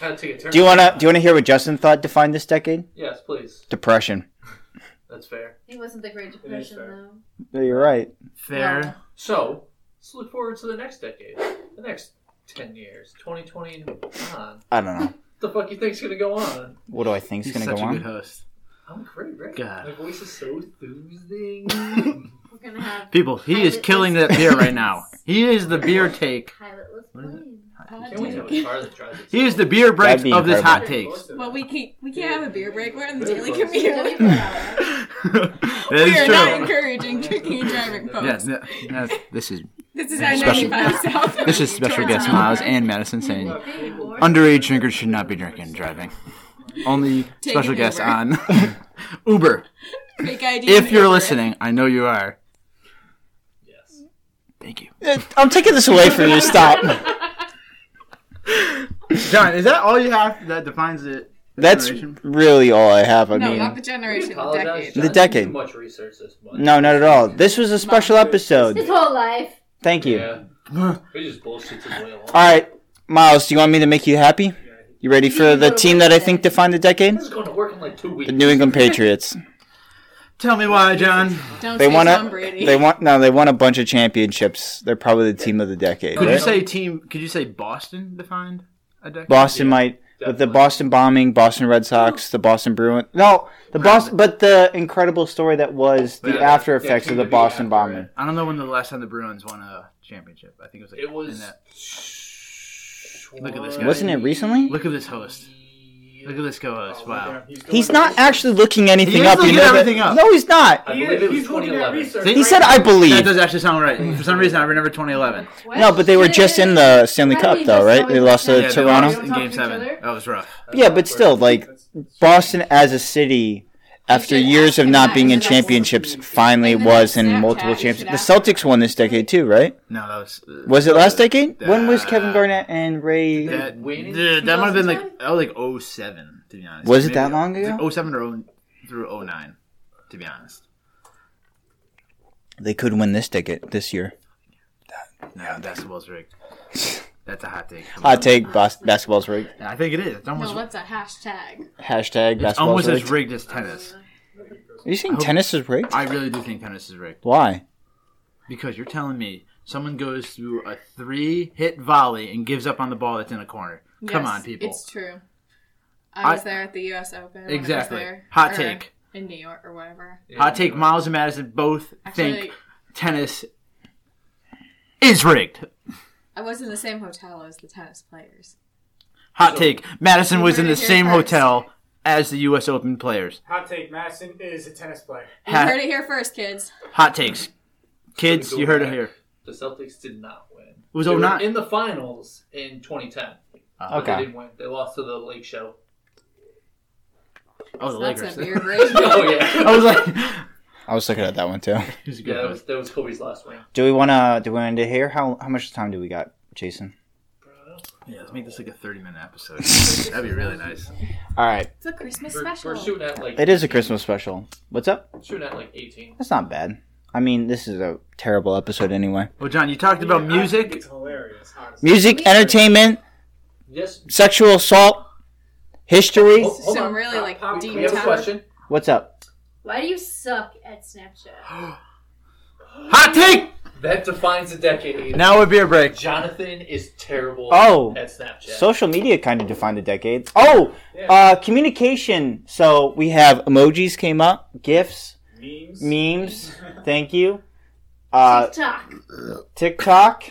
[SPEAKER 7] Gotta take a turn.
[SPEAKER 2] Do you wanna do you wanna hear what Justin thought defined this decade?
[SPEAKER 7] Yes, please.
[SPEAKER 2] Depression.
[SPEAKER 7] That's fair.
[SPEAKER 4] It wasn't the Great Depression,
[SPEAKER 8] fair.
[SPEAKER 4] though.
[SPEAKER 2] No, you're right.
[SPEAKER 5] Fair.
[SPEAKER 6] Well,
[SPEAKER 7] So, let's look forward to the next decade. The next 10 years. 2020 and on.
[SPEAKER 2] I don't know.
[SPEAKER 7] What the fuck you think's gonna go on?
[SPEAKER 2] What do I think's
[SPEAKER 5] He's
[SPEAKER 2] gonna
[SPEAKER 5] such
[SPEAKER 2] go
[SPEAKER 5] a good
[SPEAKER 2] on?
[SPEAKER 5] host.
[SPEAKER 7] I'm great, right?
[SPEAKER 5] God.
[SPEAKER 7] My voice is so soothing.
[SPEAKER 4] We're gonna have
[SPEAKER 5] People, he is killing that beer right now. He is the beer take.
[SPEAKER 4] pilotless
[SPEAKER 5] What is it?
[SPEAKER 4] planes.
[SPEAKER 7] Can't wait till it's car that drives itself.
[SPEAKER 5] He is the beer break
[SPEAKER 2] That'd be
[SPEAKER 5] of this hot
[SPEAKER 8] Close
[SPEAKER 5] takes.
[SPEAKER 8] to
[SPEAKER 6] Well,
[SPEAKER 8] that.
[SPEAKER 6] we can't we can't have a beer break. We're on the
[SPEAKER 7] Very
[SPEAKER 6] daily
[SPEAKER 7] close.
[SPEAKER 6] commute.
[SPEAKER 4] That'd be
[SPEAKER 5] that
[SPEAKER 6] We
[SPEAKER 5] is
[SPEAKER 6] are not
[SPEAKER 5] true.
[SPEAKER 6] encouraging drinking and driving, folks.
[SPEAKER 5] Yes, that- that's- this is
[SPEAKER 6] This is our
[SPEAKER 5] Special-
[SPEAKER 6] 95 South.
[SPEAKER 5] this is special guest Miles and Madison saying
[SPEAKER 4] fun. Or-
[SPEAKER 5] underage drinkers should not be drinking and driving. Only
[SPEAKER 6] Take
[SPEAKER 5] special
[SPEAKER 6] an
[SPEAKER 5] guests
[SPEAKER 6] Uber.
[SPEAKER 5] on Uber.
[SPEAKER 6] Fake ID.
[SPEAKER 5] If you're listening, I know you are.
[SPEAKER 7] Yes.
[SPEAKER 5] Thank you.
[SPEAKER 2] Eh, I'm taking this away from you. Stop.
[SPEAKER 5] John, is that all you have that defines it?
[SPEAKER 2] That's
[SPEAKER 5] Generation?
[SPEAKER 2] really all I have. I
[SPEAKER 6] No,
[SPEAKER 2] mean,
[SPEAKER 6] not the
[SPEAKER 7] We
[SPEAKER 6] generation, the
[SPEAKER 7] apologize,
[SPEAKER 6] decade.
[SPEAKER 2] The
[SPEAKER 7] John. You
[SPEAKER 2] decade.
[SPEAKER 7] didn't do much research this month.
[SPEAKER 2] no, not at all. This was a special
[SPEAKER 4] His
[SPEAKER 2] episode.
[SPEAKER 4] whole life.
[SPEAKER 2] Thank you.
[SPEAKER 7] Yeah. We just bullshit his way along.
[SPEAKER 2] All right, Miles, do you want me to make you happy? You ready for the team that I think defined the decade?
[SPEAKER 7] This is going to work in like two weeks.
[SPEAKER 2] The New England Patriots.
[SPEAKER 5] Tell me why, John.
[SPEAKER 6] Don't
[SPEAKER 2] They
[SPEAKER 6] say
[SPEAKER 2] want
[SPEAKER 6] Tom
[SPEAKER 2] to.
[SPEAKER 6] Brady.
[SPEAKER 2] They want no. They won a bunch of championships. They're probably the team of the decade.
[SPEAKER 5] Could you
[SPEAKER 2] right?
[SPEAKER 5] say team? Could you say Boston defined a decade?
[SPEAKER 2] Boston might with the
[SPEAKER 7] definitely.
[SPEAKER 2] Boston bombing, Boston Red Sox, the Boston Bruins. No, the Boston, but the incredible story that was the
[SPEAKER 7] Yeah,
[SPEAKER 2] after
[SPEAKER 7] yeah,
[SPEAKER 2] effects
[SPEAKER 7] team
[SPEAKER 2] of the
[SPEAKER 7] to be
[SPEAKER 2] Boston
[SPEAKER 7] after,
[SPEAKER 2] bombing.
[SPEAKER 7] right?
[SPEAKER 5] I don't know when the last time the Bruins won a championship. I think it was like
[SPEAKER 7] It
[SPEAKER 5] in
[SPEAKER 7] was.
[SPEAKER 5] that- Look at this guy.
[SPEAKER 2] Wasn't it recently?
[SPEAKER 5] Look at this host. Look at this co-host. Wow.
[SPEAKER 2] He's not actually looking anything
[SPEAKER 5] is
[SPEAKER 2] up.
[SPEAKER 5] looking
[SPEAKER 2] you know that-
[SPEAKER 5] everything up.
[SPEAKER 2] No, he's not.
[SPEAKER 7] I believe it was
[SPEAKER 8] He's looking at
[SPEAKER 7] 2011.
[SPEAKER 8] research.
[SPEAKER 5] See?
[SPEAKER 2] He said, "I
[SPEAKER 5] That
[SPEAKER 2] believe."
[SPEAKER 5] does actually sound right. For some reason, I remember 2011.
[SPEAKER 4] What?
[SPEAKER 2] No, but they were just in the Stanley
[SPEAKER 4] Why
[SPEAKER 2] Cup,
[SPEAKER 4] did he
[SPEAKER 2] though,
[SPEAKER 4] just
[SPEAKER 2] right?
[SPEAKER 4] always
[SPEAKER 2] They lost
[SPEAKER 4] like
[SPEAKER 2] to
[SPEAKER 4] that?
[SPEAKER 5] they
[SPEAKER 2] Toronto.
[SPEAKER 5] lost in Game
[SPEAKER 4] Don't talk to
[SPEAKER 5] Seven.
[SPEAKER 4] each other.
[SPEAKER 5] That was rough.
[SPEAKER 2] Yeah, but still, like Boston as a city, after
[SPEAKER 6] should
[SPEAKER 2] years of
[SPEAKER 6] ask
[SPEAKER 2] not
[SPEAKER 6] him
[SPEAKER 2] being
[SPEAKER 6] that.
[SPEAKER 2] in championships, finally
[SPEAKER 6] And then
[SPEAKER 2] was
[SPEAKER 6] on
[SPEAKER 2] in
[SPEAKER 6] Snapchat,
[SPEAKER 2] multiple
[SPEAKER 6] you should
[SPEAKER 2] championships.
[SPEAKER 6] ask
[SPEAKER 2] The Celtics won this decade too, right?
[SPEAKER 5] No, that was. uh,
[SPEAKER 2] Was it last decade?
[SPEAKER 5] Uh,
[SPEAKER 2] When was Kevin Garnett and Ray?
[SPEAKER 5] That,
[SPEAKER 7] Wayne in
[SPEAKER 5] dude, that might have been like that was like 07, to be honest.
[SPEAKER 2] Was it that long
[SPEAKER 5] it's like
[SPEAKER 2] ago?
[SPEAKER 5] 07 or 0, through 09, to be honest.
[SPEAKER 2] They could win this ticket this year.
[SPEAKER 5] No, basketball's rigged. That's a hot take.
[SPEAKER 2] Hot take: bas- basketball's rigged.
[SPEAKER 5] I think it is. It's almost,
[SPEAKER 6] No, what's a hashtag?
[SPEAKER 2] Hashtag
[SPEAKER 5] it's
[SPEAKER 2] basketball's
[SPEAKER 5] almost as
[SPEAKER 2] rigged.
[SPEAKER 5] rigged as tennis.
[SPEAKER 2] Are you saying
[SPEAKER 5] hope-
[SPEAKER 2] tennis is rigged?
[SPEAKER 5] I really do think tennis is rigged.
[SPEAKER 2] Why?
[SPEAKER 5] Because you're telling me someone goes through a three hit volley and gives up on the ball that's in a corner. Come
[SPEAKER 6] Yes,
[SPEAKER 5] on, people.
[SPEAKER 6] It's true. I was
[SPEAKER 5] I-
[SPEAKER 6] there at the U.S. Open. when I was
[SPEAKER 5] exactly.
[SPEAKER 6] there,
[SPEAKER 5] Hot
[SPEAKER 6] or
[SPEAKER 5] take.
[SPEAKER 6] In New York or whatever.
[SPEAKER 5] Hot take Miles and Madison both
[SPEAKER 6] Actually,
[SPEAKER 5] think tennis is rigged.
[SPEAKER 6] I was in the same hotel as the tennis players.
[SPEAKER 5] Hot take Madison
[SPEAKER 6] You
[SPEAKER 5] was in
[SPEAKER 6] heard
[SPEAKER 5] the
[SPEAKER 6] it here
[SPEAKER 5] same
[SPEAKER 6] first.
[SPEAKER 5] hotel as the U.S. Open players.
[SPEAKER 8] Hot take: Madison is a tennis player.
[SPEAKER 6] You
[SPEAKER 5] Ha-
[SPEAKER 6] heard it here first, kids.
[SPEAKER 5] Hot takes. Kids,
[SPEAKER 7] Go
[SPEAKER 5] you heard it
[SPEAKER 7] back.
[SPEAKER 5] here.
[SPEAKER 7] The Celtics did not win. It
[SPEAKER 5] was
[SPEAKER 7] they were
[SPEAKER 5] 09.
[SPEAKER 7] in the finals in 2010.
[SPEAKER 5] Ah.
[SPEAKER 7] but
[SPEAKER 2] Okay.
[SPEAKER 7] They didn't win. They lost to the Lake Show.
[SPEAKER 5] Oh, the
[SPEAKER 6] So that's a
[SPEAKER 5] Lakers.
[SPEAKER 6] beer break.
[SPEAKER 7] Oh yeah.
[SPEAKER 5] I was like,
[SPEAKER 2] I was looking at that one too.
[SPEAKER 5] He's a good
[SPEAKER 7] yeah, that was
[SPEAKER 5] host.
[SPEAKER 7] that was Kobe's last win.
[SPEAKER 2] Do we wanna? Do we want to hear how how much time do we got, Jason?
[SPEAKER 5] yeah, let's make this like a 30 minute episode. That'd be really nice.
[SPEAKER 2] All right,
[SPEAKER 6] It's a Christmas
[SPEAKER 7] We're,
[SPEAKER 6] special.
[SPEAKER 7] we're shooting at like
[SPEAKER 2] it is a Christmas special. What's up?
[SPEAKER 7] shooting at like 18.
[SPEAKER 2] That's not bad. I mean, this is a terrible episode anyway.
[SPEAKER 5] Well, John, you talked about
[SPEAKER 8] I think
[SPEAKER 5] music.
[SPEAKER 8] It's hilarious. Honestly.
[SPEAKER 2] Music, entertainment,
[SPEAKER 7] Yes.
[SPEAKER 2] sexual assault, history.
[SPEAKER 7] Hold- hold
[SPEAKER 6] Some
[SPEAKER 7] on.
[SPEAKER 6] really, like,
[SPEAKER 7] Pop-
[SPEAKER 6] deep
[SPEAKER 7] We have a
[SPEAKER 6] topic.
[SPEAKER 7] question.
[SPEAKER 2] What's up?
[SPEAKER 4] Why do you suck at Snapchat?
[SPEAKER 5] Hot take.
[SPEAKER 7] That defines a decade.
[SPEAKER 5] Now a beer break.
[SPEAKER 7] Jonathan is terrible
[SPEAKER 2] Oh.
[SPEAKER 7] at Snapchat.
[SPEAKER 2] Social media kind of defined the decade. Oh, uh, communication. So we have emojis came up, gifs,
[SPEAKER 8] Memes.
[SPEAKER 2] memes. Thank you. Uh,
[SPEAKER 4] TikTok.
[SPEAKER 2] TikTok,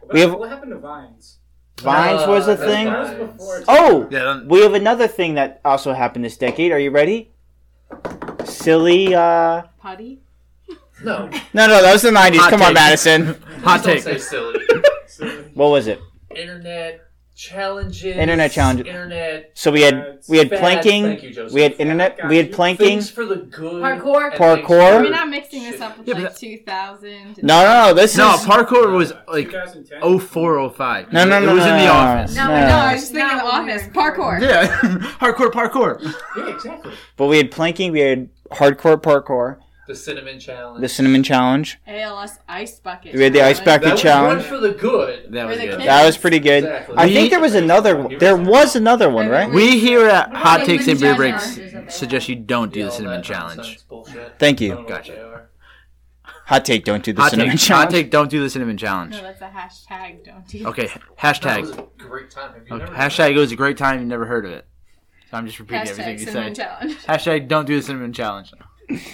[SPEAKER 8] What-
[SPEAKER 2] we have-
[SPEAKER 8] what happened to Vines?
[SPEAKER 2] Vines was a
[SPEAKER 7] Uh,
[SPEAKER 2] thing.
[SPEAKER 8] That was before.
[SPEAKER 2] Oh,
[SPEAKER 5] Yeah, don't-
[SPEAKER 2] we have another thing that also happened this decade. Are you ready? Silly. uh...
[SPEAKER 6] Putty.
[SPEAKER 7] No.
[SPEAKER 2] No, no, that was the '90s.
[SPEAKER 5] Hot
[SPEAKER 2] Come on,
[SPEAKER 5] take.
[SPEAKER 2] Madison.
[SPEAKER 7] Please don't
[SPEAKER 5] Hot take.
[SPEAKER 7] Say silly.
[SPEAKER 8] Silly.
[SPEAKER 2] What was it?
[SPEAKER 7] Internet challenges.
[SPEAKER 2] Internet challenges.
[SPEAKER 7] Internet.
[SPEAKER 2] So we had we had
[SPEAKER 7] fads. Thank
[SPEAKER 2] planking.
[SPEAKER 7] you, Joseph.
[SPEAKER 2] We had internet. We had planking.
[SPEAKER 7] things for the good.
[SPEAKER 4] Parkour.
[SPEAKER 7] and things for
[SPEAKER 2] Parkour.
[SPEAKER 6] Are
[SPEAKER 7] the
[SPEAKER 6] we not mixing this
[SPEAKER 7] shit.
[SPEAKER 6] up with
[SPEAKER 5] Yeah, but
[SPEAKER 6] like
[SPEAKER 5] that-
[SPEAKER 6] 2000?
[SPEAKER 2] Oh. No, no, no. This
[SPEAKER 5] No,
[SPEAKER 2] is
[SPEAKER 5] parkour was like
[SPEAKER 8] 2010.
[SPEAKER 5] 0405.
[SPEAKER 2] No, no, no,
[SPEAKER 5] It was
[SPEAKER 2] no,
[SPEAKER 5] in
[SPEAKER 2] no,
[SPEAKER 5] the
[SPEAKER 2] no,
[SPEAKER 5] office.
[SPEAKER 2] No.
[SPEAKER 6] No, no, I was just thinking of
[SPEAKER 4] Not when we were
[SPEAKER 6] office.
[SPEAKER 4] in
[SPEAKER 6] Parkour.
[SPEAKER 5] Yeah, hardcore parkour.
[SPEAKER 7] Yeah, exactly.
[SPEAKER 2] But we had planking, we had hardcore parkour,
[SPEAKER 7] The cinnamon challenge.
[SPEAKER 2] the cinnamon challenge.
[SPEAKER 6] ALS ice bucket.
[SPEAKER 2] We had the ice
[SPEAKER 6] challenge.
[SPEAKER 2] bucket
[SPEAKER 7] that was
[SPEAKER 2] challenge.
[SPEAKER 7] one for the good.
[SPEAKER 5] That
[SPEAKER 6] Were
[SPEAKER 5] was
[SPEAKER 6] the
[SPEAKER 5] good.
[SPEAKER 6] kids-
[SPEAKER 2] That was pretty good.
[SPEAKER 7] Exactly.
[SPEAKER 2] I think there was another one. There was another one, right?
[SPEAKER 5] We here at Hot
[SPEAKER 6] they
[SPEAKER 5] Takes and
[SPEAKER 6] wouldn't
[SPEAKER 5] Beer
[SPEAKER 6] judge
[SPEAKER 5] Breaks
[SPEAKER 4] ours?
[SPEAKER 5] suggest you don't do
[SPEAKER 7] Yeah,
[SPEAKER 5] the
[SPEAKER 7] all
[SPEAKER 5] cinnamon
[SPEAKER 7] that
[SPEAKER 5] challenge.
[SPEAKER 7] nonsense bullshit.
[SPEAKER 2] Thank
[SPEAKER 7] I don't
[SPEAKER 2] you.
[SPEAKER 7] know
[SPEAKER 5] Gotcha.
[SPEAKER 7] what they are.
[SPEAKER 2] Hot take, don't do the
[SPEAKER 5] Hot
[SPEAKER 2] cinnamon
[SPEAKER 5] take, hot
[SPEAKER 2] challenge.
[SPEAKER 5] take, don't do the cinnamon challenge.
[SPEAKER 6] No, that's a hashtag. Don't do
[SPEAKER 5] Okay,
[SPEAKER 7] That was
[SPEAKER 5] hashtag.
[SPEAKER 7] a great time. Have you
[SPEAKER 5] Okay,
[SPEAKER 7] never-
[SPEAKER 5] Hashtag it was a great time, you never heard of it. So I'm just repeating
[SPEAKER 6] Hashtag
[SPEAKER 5] everything you
[SPEAKER 6] cinnamon
[SPEAKER 5] said.
[SPEAKER 6] challenge.
[SPEAKER 5] Hashtag don't do the cinnamon challenge.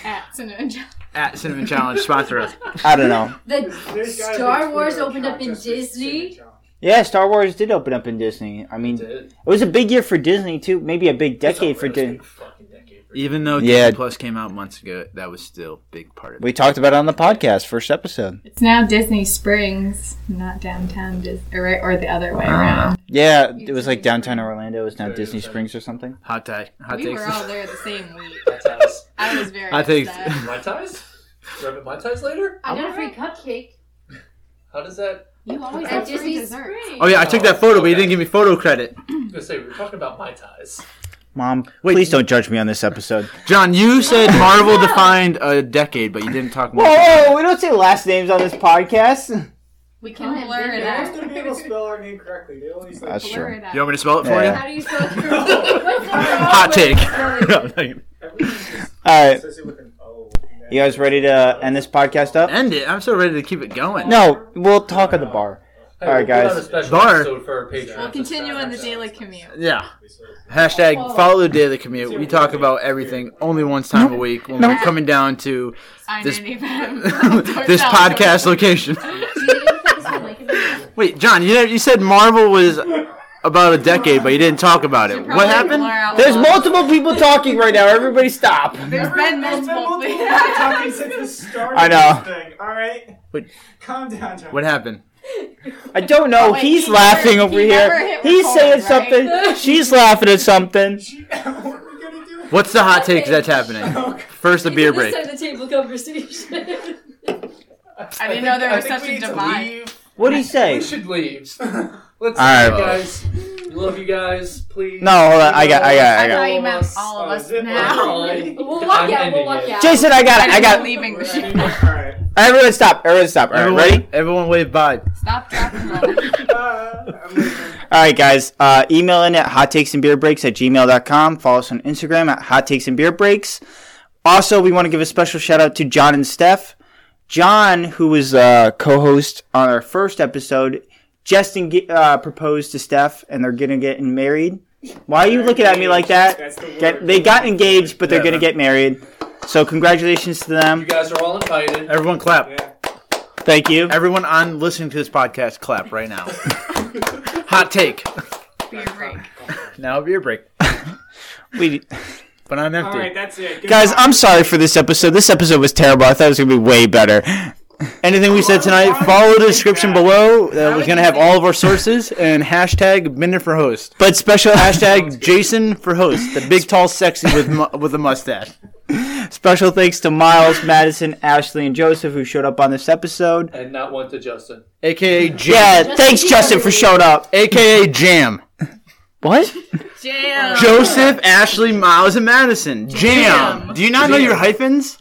[SPEAKER 6] At cinnamon challenge.
[SPEAKER 5] At cinnamon challenge, sponsor us.
[SPEAKER 2] I don't know.
[SPEAKER 4] The
[SPEAKER 8] There's gotta be
[SPEAKER 4] Star
[SPEAKER 8] a
[SPEAKER 4] Wars
[SPEAKER 8] Twitter
[SPEAKER 4] opened up in
[SPEAKER 8] account just for
[SPEAKER 4] Disney?
[SPEAKER 8] Cinnamon Challenge.
[SPEAKER 2] Yeah, Star Wars did open up in Disney. I mean, it
[SPEAKER 7] Dude,
[SPEAKER 2] was a big year for Disney too. Maybe a big
[SPEAKER 7] it's
[SPEAKER 2] decade
[SPEAKER 7] a
[SPEAKER 2] for
[SPEAKER 7] realistic
[SPEAKER 2] Disney.
[SPEAKER 7] fucking decade.
[SPEAKER 5] Even though
[SPEAKER 2] Yeah.
[SPEAKER 5] Disney Plus came out months ago, that was still a big part of it.
[SPEAKER 2] We talked about it on the podcast, first episode.
[SPEAKER 6] It's now Disney Springs, not downtown Dis- or, right- or the other way around.
[SPEAKER 2] Yeah, it was like downtown Orlando. It's now
[SPEAKER 7] Yeah,
[SPEAKER 2] Disney
[SPEAKER 7] yeah.
[SPEAKER 2] Springs or something.
[SPEAKER 5] Hot take. Hot
[SPEAKER 6] we
[SPEAKER 5] takes.
[SPEAKER 6] were all there the same week.
[SPEAKER 7] My ties.
[SPEAKER 6] I was very
[SPEAKER 5] Hot takes.
[SPEAKER 6] upset.
[SPEAKER 7] My ties? Grabbing my ties later?
[SPEAKER 4] I got a free cupcake.
[SPEAKER 7] How does that?
[SPEAKER 6] You always
[SPEAKER 4] At
[SPEAKER 6] have free
[SPEAKER 4] Disney
[SPEAKER 6] dessert.
[SPEAKER 4] Springs.
[SPEAKER 5] Oh yeah, I took that photo, but you didn't give me photo credit.
[SPEAKER 7] I was gonna say we were talking about my ties.
[SPEAKER 2] Mom,
[SPEAKER 5] Wait.
[SPEAKER 2] please don't judge me on this episode.
[SPEAKER 5] John, you said Marvel defined a decade, but you didn't talk
[SPEAKER 2] Whoa,
[SPEAKER 5] much.
[SPEAKER 2] whoa, we don't say last names on this podcast.
[SPEAKER 4] We can
[SPEAKER 6] Don't
[SPEAKER 4] have
[SPEAKER 6] blur it
[SPEAKER 4] dinner.
[SPEAKER 8] Most
[SPEAKER 6] out.
[SPEAKER 8] of people spell our name correctly. They only say
[SPEAKER 2] That's- Sure.
[SPEAKER 6] Blur it out.
[SPEAKER 5] You want me to spell it for
[SPEAKER 2] Yeah.
[SPEAKER 5] you?
[SPEAKER 4] How do you spell it? What's the
[SPEAKER 5] Hot take.
[SPEAKER 4] problem with
[SPEAKER 8] everyone just
[SPEAKER 2] All right,
[SPEAKER 8] says it with an O.
[SPEAKER 2] you guys ready to end this podcast up?
[SPEAKER 5] End it. I'm so ready to keep it going.
[SPEAKER 2] No, we'll talk at the bar.
[SPEAKER 7] Hey,
[SPEAKER 2] All right,
[SPEAKER 7] we'll put
[SPEAKER 2] guys.
[SPEAKER 7] on a special
[SPEAKER 5] Bar.
[SPEAKER 7] episode for our Patreon.
[SPEAKER 6] We'll continue on the
[SPEAKER 7] Saturday.
[SPEAKER 6] daily commute.
[SPEAKER 5] Yeah. Hashtag follow the daily commute. We talk about everything only once time a week when we're coming down to
[SPEAKER 6] I
[SPEAKER 5] This-
[SPEAKER 6] didn't even-
[SPEAKER 5] this podcast location.
[SPEAKER 4] Marvel?
[SPEAKER 5] Wait, John, you you said Marvel was about a decade, but you didn't talk about it.
[SPEAKER 6] Should
[SPEAKER 5] What
[SPEAKER 6] probably
[SPEAKER 5] happened?
[SPEAKER 6] blur out
[SPEAKER 2] There's
[SPEAKER 6] the-
[SPEAKER 2] multiple people talking right now. Everybody stop.
[SPEAKER 6] There's been multiple.
[SPEAKER 8] people talking since the start of
[SPEAKER 2] I know.
[SPEAKER 8] this thing. All right,
[SPEAKER 5] Wait.
[SPEAKER 8] calm down, John.
[SPEAKER 5] What happened?
[SPEAKER 2] I don't know.
[SPEAKER 6] Oh, wait,
[SPEAKER 2] He's
[SPEAKER 6] he
[SPEAKER 2] laughing
[SPEAKER 6] never-
[SPEAKER 2] over
[SPEAKER 6] he never
[SPEAKER 2] here.
[SPEAKER 6] hit
[SPEAKER 2] He's
[SPEAKER 6] record,
[SPEAKER 2] saying
[SPEAKER 6] right?
[SPEAKER 2] something. She's laughing at something.
[SPEAKER 8] She- what are we gonna do?
[SPEAKER 5] What's the hot take that's happening?
[SPEAKER 8] Oh,
[SPEAKER 5] First, the beer break.
[SPEAKER 4] This time the table conversation.
[SPEAKER 6] I didn't know there
[SPEAKER 7] I
[SPEAKER 6] was
[SPEAKER 7] think we
[SPEAKER 6] such a
[SPEAKER 7] need to
[SPEAKER 6] divide.
[SPEAKER 7] leave.
[SPEAKER 2] What do you say?
[SPEAKER 7] We should leave. Let's
[SPEAKER 2] All right.
[SPEAKER 7] leave, guys. We love you guys. Please.
[SPEAKER 2] No, hold on. I got. I got.
[SPEAKER 6] I
[SPEAKER 2] I got.
[SPEAKER 6] thought you meant all of
[SPEAKER 8] Oh,
[SPEAKER 6] us
[SPEAKER 8] is it?
[SPEAKER 6] now.
[SPEAKER 4] We'll walk out. We'll walk out.
[SPEAKER 2] Jason, I got. It. I
[SPEAKER 6] I'm
[SPEAKER 2] got. It.
[SPEAKER 6] leaving the
[SPEAKER 8] All
[SPEAKER 6] ship.
[SPEAKER 8] right.
[SPEAKER 2] Everyone stop. Everyone stop. All right,
[SPEAKER 5] Everyone,
[SPEAKER 2] ready?
[SPEAKER 5] Everyone wave bye.
[SPEAKER 6] Stop, drop, and roll.
[SPEAKER 8] Uh, I'm leaving.
[SPEAKER 2] All right, guys. Uh, email in at hot takes and beer breaks at gmail.com. Follow us on Instagram at hot takes and beer breaks. Also, we want to give a special shout out to John and Steph. John, who was uh, co-host on our first episode, Justin ge- uh, proposed to Steph, and they're gonna get married. Why are you looking at me like that?
[SPEAKER 8] That's the word.
[SPEAKER 2] Get, they got engaged, but they're
[SPEAKER 5] Yeah.
[SPEAKER 2] gonna get married. So congratulations to
[SPEAKER 7] You
[SPEAKER 2] them.
[SPEAKER 7] guys are all invited.
[SPEAKER 5] Everyone clap.
[SPEAKER 8] Yeah.
[SPEAKER 2] Thank you.
[SPEAKER 5] Everyone on listening to this podcast, clap right now. Hot take.
[SPEAKER 6] Beer break.
[SPEAKER 5] Now beer break.
[SPEAKER 2] We,
[SPEAKER 5] But I'm
[SPEAKER 8] All
[SPEAKER 5] empty.
[SPEAKER 8] right, that's it. Good
[SPEAKER 2] guys,
[SPEAKER 8] night.
[SPEAKER 2] I'm sorry for this episode. This episode was terrible. I thought it was gonna be way better. Anything we said tonight, follow the description below. Uh,
[SPEAKER 5] We're gonna have all of our sources and hashtag Bender for host.
[SPEAKER 2] but special
[SPEAKER 5] Hashtag Jason for host. The big, tall, sexy with mu- with a mustache.
[SPEAKER 2] special thanks to Miles, Madison, Ashley, and Joseph who showed up on this episode.
[SPEAKER 7] And not one to Justin.
[SPEAKER 5] AKA Jam.
[SPEAKER 2] Yeah, Uh, thanks Justin for showing up.
[SPEAKER 5] AKA Jam.
[SPEAKER 2] What?
[SPEAKER 6] Jam.
[SPEAKER 5] Joseph, Ashley, Miles, and Madison. Jam.
[SPEAKER 6] Jam.
[SPEAKER 5] Do you not know your hyphens?